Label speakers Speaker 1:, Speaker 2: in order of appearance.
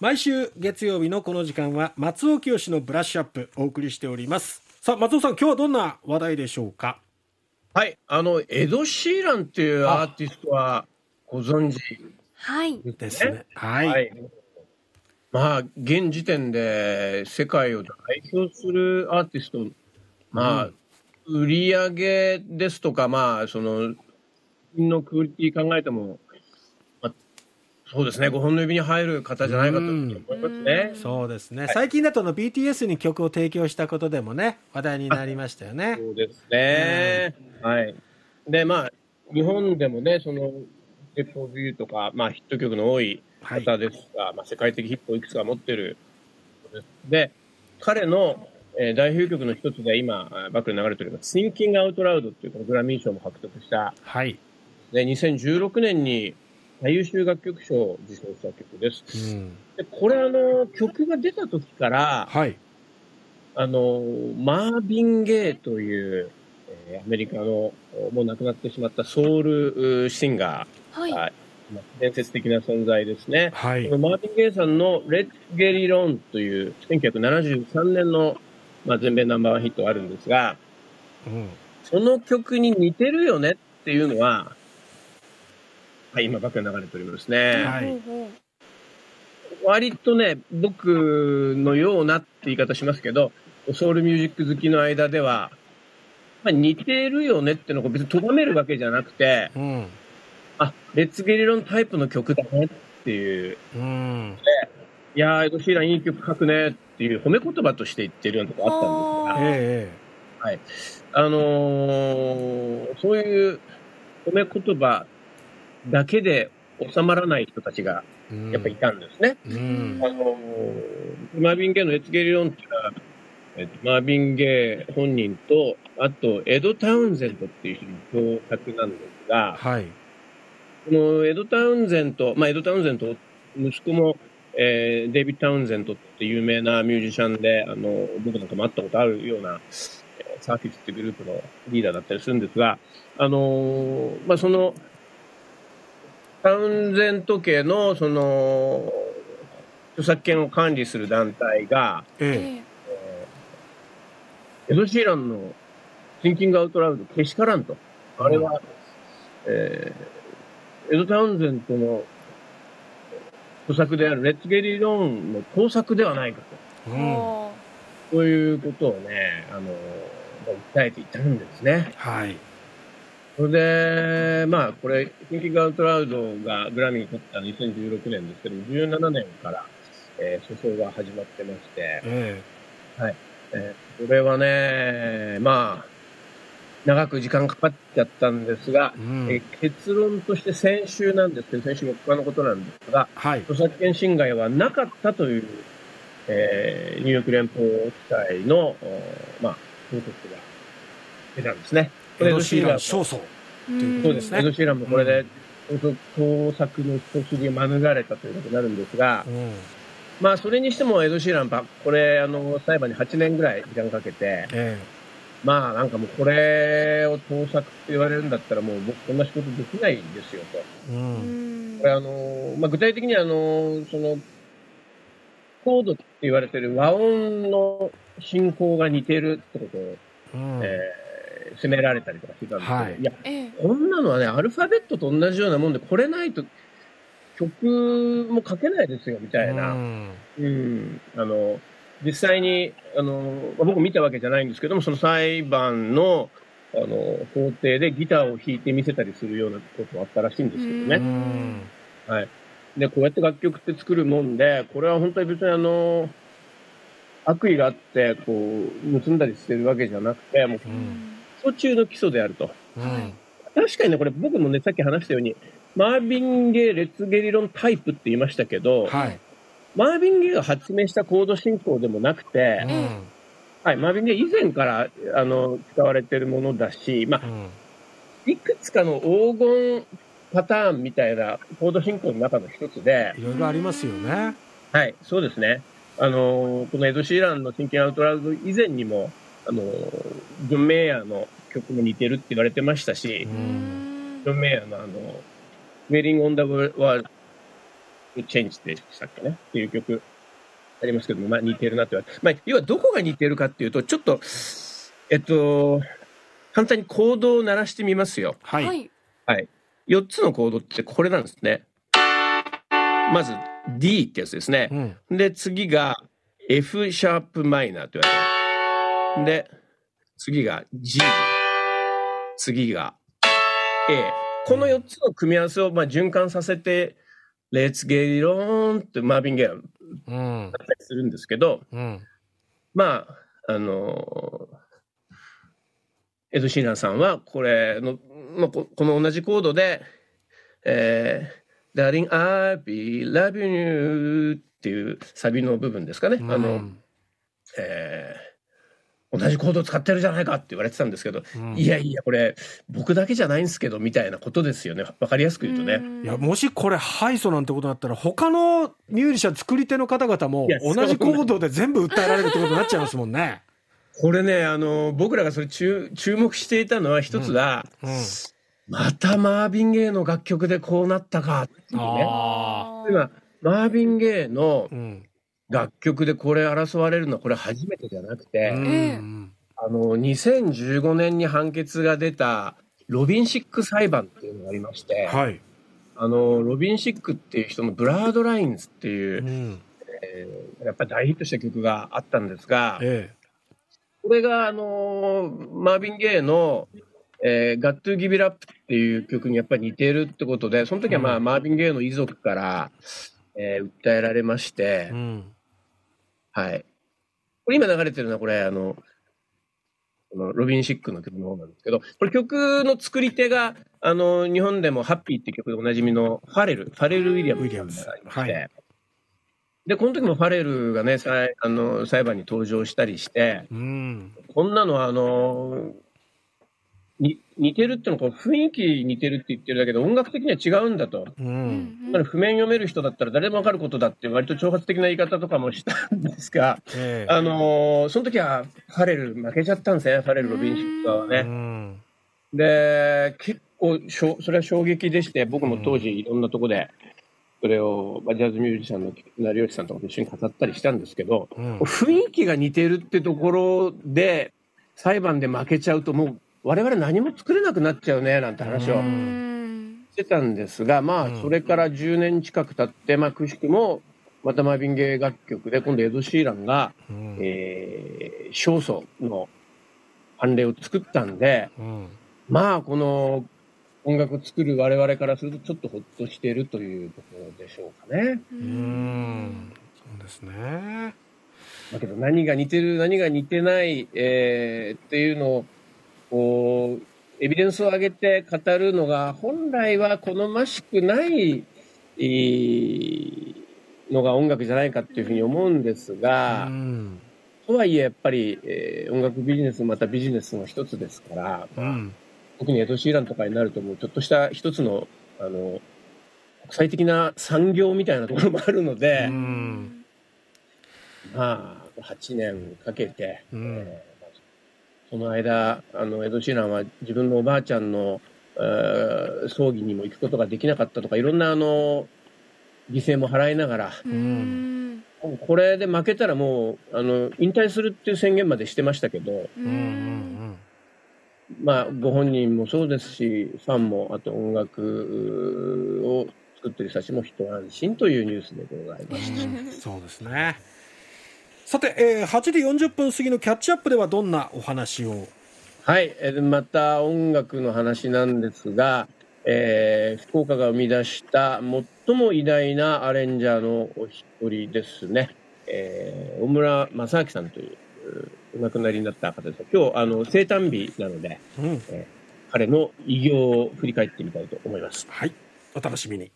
Speaker 1: 毎週月曜日のこの時間は松尾清のブラッシュアップお送りしておりますさあ松尾さん今日はどんな話題でしょうか
Speaker 2: はい、あのエド・シーランっていうアーティストはご存知
Speaker 3: はい。
Speaker 1: ですねはい、
Speaker 2: はい、まあ現時点で世界を代表するアーティスト、まあ、売り上げですとか、まあ、そののクオリティ考えても、まあ、そうですね5本の指に入る方じゃないかと思いますね。
Speaker 1: そうですね、最近だとあの BTS に曲を提供したことでもね話題になりましたよね
Speaker 2: そうですね。はい。で、まあ、日本でもね、その、ヒップホップビューとか、まあ、ヒット曲の多い方ですが、まあ、世界的ヒップをいくつか持ってる人です。で、彼の、えー代表曲の一つで今、あバックで流れております、Thinking Out Loud っていうこのグラミー賞も獲得した、
Speaker 1: はい、
Speaker 2: で、2016年に最優秀楽曲賞を受賞した曲です。
Speaker 1: うん、
Speaker 2: で、これあの、曲が出た時から、
Speaker 1: はい
Speaker 2: あの、マービン・ゲイという、えーアメリカの、もう亡くなってしまったソウルうシンガ
Speaker 3: はい。
Speaker 2: はいー、まあ伝説的な存在ですね。
Speaker 1: は
Speaker 2: こ
Speaker 1: い
Speaker 2: のマービン・ゲイさんのレッツ・ゲリ・ロンという1973年の、まあ、全米ナンバーワンヒットがあるんですが、
Speaker 1: うん
Speaker 2: その曲に似てるよねっていうのは、はい、今ばっかり流れておりますね。
Speaker 1: はい
Speaker 3: ほうほう
Speaker 2: 割とね、僕のようなって言い方しますけど、ソウルミュージック好きの間では、まあ、似てるよねってのを別に咎めるわけじゃなくて、
Speaker 1: うん
Speaker 2: あ、レッツゲリロンタイプの曲だねっていう、
Speaker 1: うん
Speaker 2: いやー、エド・シーランいい曲書くねっていう褒め言葉として言ってるようなとこあったんで
Speaker 1: え
Speaker 2: すが、あのーそういう褒め言葉だけで収まらない人たちが
Speaker 1: えうん
Speaker 2: やっぱいたんですね。
Speaker 1: うん
Speaker 2: あのーマービン・ゲイの「エツゲリオン」っていうのは、えっと、マービン・ゲイ本人とあとエド・タウンゼントっていう人の共作なんですが
Speaker 1: はい
Speaker 2: このエド・タウンゼント、まあ、エド・タウンゼント息子も、えーデイビッド・タウンゼントって有名なミュージシャンであの僕なんかも会ったことあるようなえーサーフィスってグループのリーダーだったりするんですが、あのーまあ、そのタウンゼント家のその著作権を管理する団体が
Speaker 1: え
Speaker 3: え
Speaker 2: エド・シーランの「シンキング・アウト・ラウド」けしからんとあれは、えーエド・タウンゼントの著作である「レッツ・ゲリー・ローン」の盗作ではないか
Speaker 1: え
Speaker 2: と
Speaker 1: う
Speaker 3: え
Speaker 1: ん
Speaker 3: ほ
Speaker 2: そういうことをね、あのーまあ訴えていたんですね。
Speaker 1: はい
Speaker 2: それで、まあ、これ、キンキングアウトラウドがグラミーに取った2016年ですけど、17年から、えー訴訟が始まってまして、
Speaker 1: え
Speaker 2: えーこれはね、まあ、長く時間かかっちゃったんですが
Speaker 1: えう、
Speaker 2: え
Speaker 1: ん
Speaker 2: ー結論として先週なんですけど、先週4日のことなんですが、
Speaker 1: はい
Speaker 2: 著作権侵害はなかったという、えーニューヨーク連邦地裁の、おまあ、報告が出たんですね。こ
Speaker 1: エ
Speaker 2: れ
Speaker 1: ド・シーラン
Speaker 2: エドシー
Speaker 1: 少々
Speaker 3: う
Speaker 1: いうこ
Speaker 2: そう
Speaker 1: と
Speaker 2: ですね。エド・シーランもこれで、盗作の一つに免れたということになるんですが、
Speaker 1: うん
Speaker 2: まあ、それにしてもエド・シーランば、これ、あの、裁判に8年ぐらい時間かけて、
Speaker 1: え
Speaker 2: まあ、なんかもうこれを盗作って言われるんだったら、もう僕、こんな仕事できないんですよ、と。
Speaker 1: えう
Speaker 3: うんん
Speaker 2: これ、あの、まあ、具体的には、あの、その、コードって言われてる和音の進行が似てるってことを、
Speaker 1: うん
Speaker 2: えー責められたりとかしてたんですけど、
Speaker 1: はい
Speaker 2: いや、
Speaker 3: ええ
Speaker 2: こんなのはね、アルファベットと同じようなもんで、これないと曲も書けないですよ、みたいな。うん。あの、実際に、あの、まあ僕見たわけじゃないんですけども、その裁判の、あの、法廷でギターを弾いてみせたりするようなこともあったらしいんですけど
Speaker 1: う
Speaker 2: ね。
Speaker 1: ん
Speaker 2: で、こうやって楽曲って作るもんで、これは本当に別にあの、悪意があって、こう、盗んだりしてるわけじゃなくて、もう、
Speaker 1: う
Speaker 3: うんん
Speaker 2: 基礎中の基礎であると。
Speaker 1: うん
Speaker 2: 確かにね、これ僕もね、さっき話したように、マービン・ゲイ・レッツ・ゲリロンタイプって言いましたけど、
Speaker 1: はい
Speaker 2: マービン・ゲイが発明したコード進行でもなくて、
Speaker 1: うん
Speaker 2: はい、マービン・ゲイ以前からあの使われてるものだし、まあ
Speaker 1: う、ん
Speaker 2: いくつかの黄金パターンみたいなコード進行の中の一つで、
Speaker 1: いろいろありますよね
Speaker 2: はい、そうですね。あの、このエド・シーランのシンキング・アウトラウド以前にも、あの、ジョン・メイヤーの曲も似てるって言われてましたし、
Speaker 1: う
Speaker 3: うんん
Speaker 2: ジョン・メイヤーのあの、ウェディング・オン・ダ・ワールチェンジでしたっけねっていう曲ありますけども、まあ、似てるなって言われて、まあ、要はどこが似てるかっていうと、ちょっと、えっと、簡単にコードを鳴らしてみますよ。
Speaker 1: はい、
Speaker 3: はい。
Speaker 2: はい。4つのコードってこれなんですね。まず D ってやつですね
Speaker 1: う。ん、
Speaker 2: で、次が F シャープマイナーって言われてる。で、次が G。次が A。この4つの組み合わせをまあ循環させて、Let's get it on ってマービン・ゲイは
Speaker 1: うん
Speaker 2: だったりするんですけど、
Speaker 1: うん、
Speaker 2: まあ、あのエド・シーナーさんは、これの、まあ、ここの同じコードで、えー、Darling, I be loving you っていうサビの部分ですかね。あ
Speaker 1: う
Speaker 2: の、
Speaker 1: ん
Speaker 2: えー同じコード使ってるじゃないかって言われてたんですけど、
Speaker 1: うん
Speaker 2: いやいや、これ、僕だけじゃないんですけど、みたいなことですよね。わかりやすく言うとね。
Speaker 1: いやもしこれ敗訴なんてことになったら他のミュージシャン作り手の方々も
Speaker 2: いや
Speaker 1: 同じ行動で全部訴えられるってことになっちゃいますもん ね。
Speaker 2: これね、あの僕らがそれ注注目していたのは一つは、
Speaker 1: うんうん
Speaker 2: またマービン・ゲイの楽曲でこうなったかっていうね。
Speaker 1: あ
Speaker 2: 今、マービン・ゲイの
Speaker 1: うん
Speaker 2: 楽曲でこれ争われるのはこれ初めてじゃなくて、
Speaker 1: うん
Speaker 2: あの、2015年に判決が出た、ロビン・シック裁判っていうのがありまして、
Speaker 1: はい、
Speaker 2: あの、ロビン・シックっていう人のブラードラインズっていうう、
Speaker 1: ん
Speaker 2: えーやっぱり大ヒットした曲があったんですが、
Speaker 1: え
Speaker 2: これが、あのーマービン・ゲイの、えー、Got to Give It Up っていう曲にやっぱり似てるってことで、その時は、まあ
Speaker 1: う
Speaker 2: マービン・ゲイの遺族から、えー訴えられまして
Speaker 1: え、うん、
Speaker 2: はい。これ今流れてるのは、これ、あの、このロビン・シックの曲の方なんですけど、これ曲の作り手が、あの、日本でもハッピーって曲でおなじみのファレル、ファレル・ウィリアムズさんがいまして
Speaker 1: ウィリアムズは
Speaker 2: で、この時もファレルがね、さいあの裁判に登場したりして、
Speaker 1: うん
Speaker 2: こんなのはあのに似てるってのはこう雰囲気似てるって言ってるだけで音楽的には違うんだと。
Speaker 1: う、
Speaker 3: うんん
Speaker 2: だから譜面読める人だったら誰でもわかることだって割と挑発的な言い方とかもしたんですが、
Speaker 1: え
Speaker 2: あのーその時はファレル負けちゃったんですね、ファレル・ロビンシックは
Speaker 1: え
Speaker 2: ね。
Speaker 1: ん
Speaker 2: で、結構しょ、それは衝撃でして、僕も当時いろんなとこで、それをまあジャズミュージシャンの成吉さんとかと一緒に語ったりしたんですけど、
Speaker 1: うん
Speaker 2: 雰囲気が似てるってところで裁判で負けちゃうともう我々何も作れなくなっちゃうねなんて話を
Speaker 1: うん
Speaker 3: うん
Speaker 2: してたんですが、ま
Speaker 1: うん
Speaker 2: あそれから10年近く経って、まあ、くしくもまたマービン・ゲイ楽曲で今度エド・シーランが、
Speaker 1: うん
Speaker 2: えー、勝訴の判例を作ったんで
Speaker 1: うん
Speaker 2: まあこの音楽を作る我々からするとちょっとほっとしてるというところでしょうかね。
Speaker 3: う
Speaker 1: うんんそうですね
Speaker 2: だけど何が似てる何が似てない、えーっていうのをこうエビデンスを上げて語るのが本来は好ましくないえーのが音楽じゃないかっていうふうに思うんです
Speaker 1: う
Speaker 2: が、
Speaker 1: ん
Speaker 2: とはいえやっぱり、えー音楽ビジネスもまたビジネスの一つですから、
Speaker 1: うん
Speaker 2: 特にエド・シーランとかになるともうちょっとした一つのあの国際的な産業みたいなところもあるので。
Speaker 1: う
Speaker 3: うんん
Speaker 2: まあ、8年かけて、
Speaker 1: うん
Speaker 2: えーその間、あの、エド・シーランは自分のおばあちゃんの、えー葬儀にも行くことができなかったとか、いろんな、あの、犠牲も払いながら、
Speaker 3: うん
Speaker 2: これで負けたらもう、あの、引退するっていう宣言までしてましたけど、
Speaker 3: う
Speaker 1: うんうんん
Speaker 2: まあ、ご本人もそうですし、ファンも、あと音楽を作ってる人たちも一安心というニュースでございました。
Speaker 1: うんそうですねさて、えー、8時40分過ぎのキャッチアップではどんなお話を
Speaker 2: はい、えーまた音楽の話なんですが、えー福岡が生み出した最も偉大なアレンジャーのお一人ですね、えー大村正明さんといううお亡くなりになった方です今日あの生誕日なので
Speaker 1: うん
Speaker 2: 彼の偉業を振り返ってみたいと思います。
Speaker 1: はいお楽しみに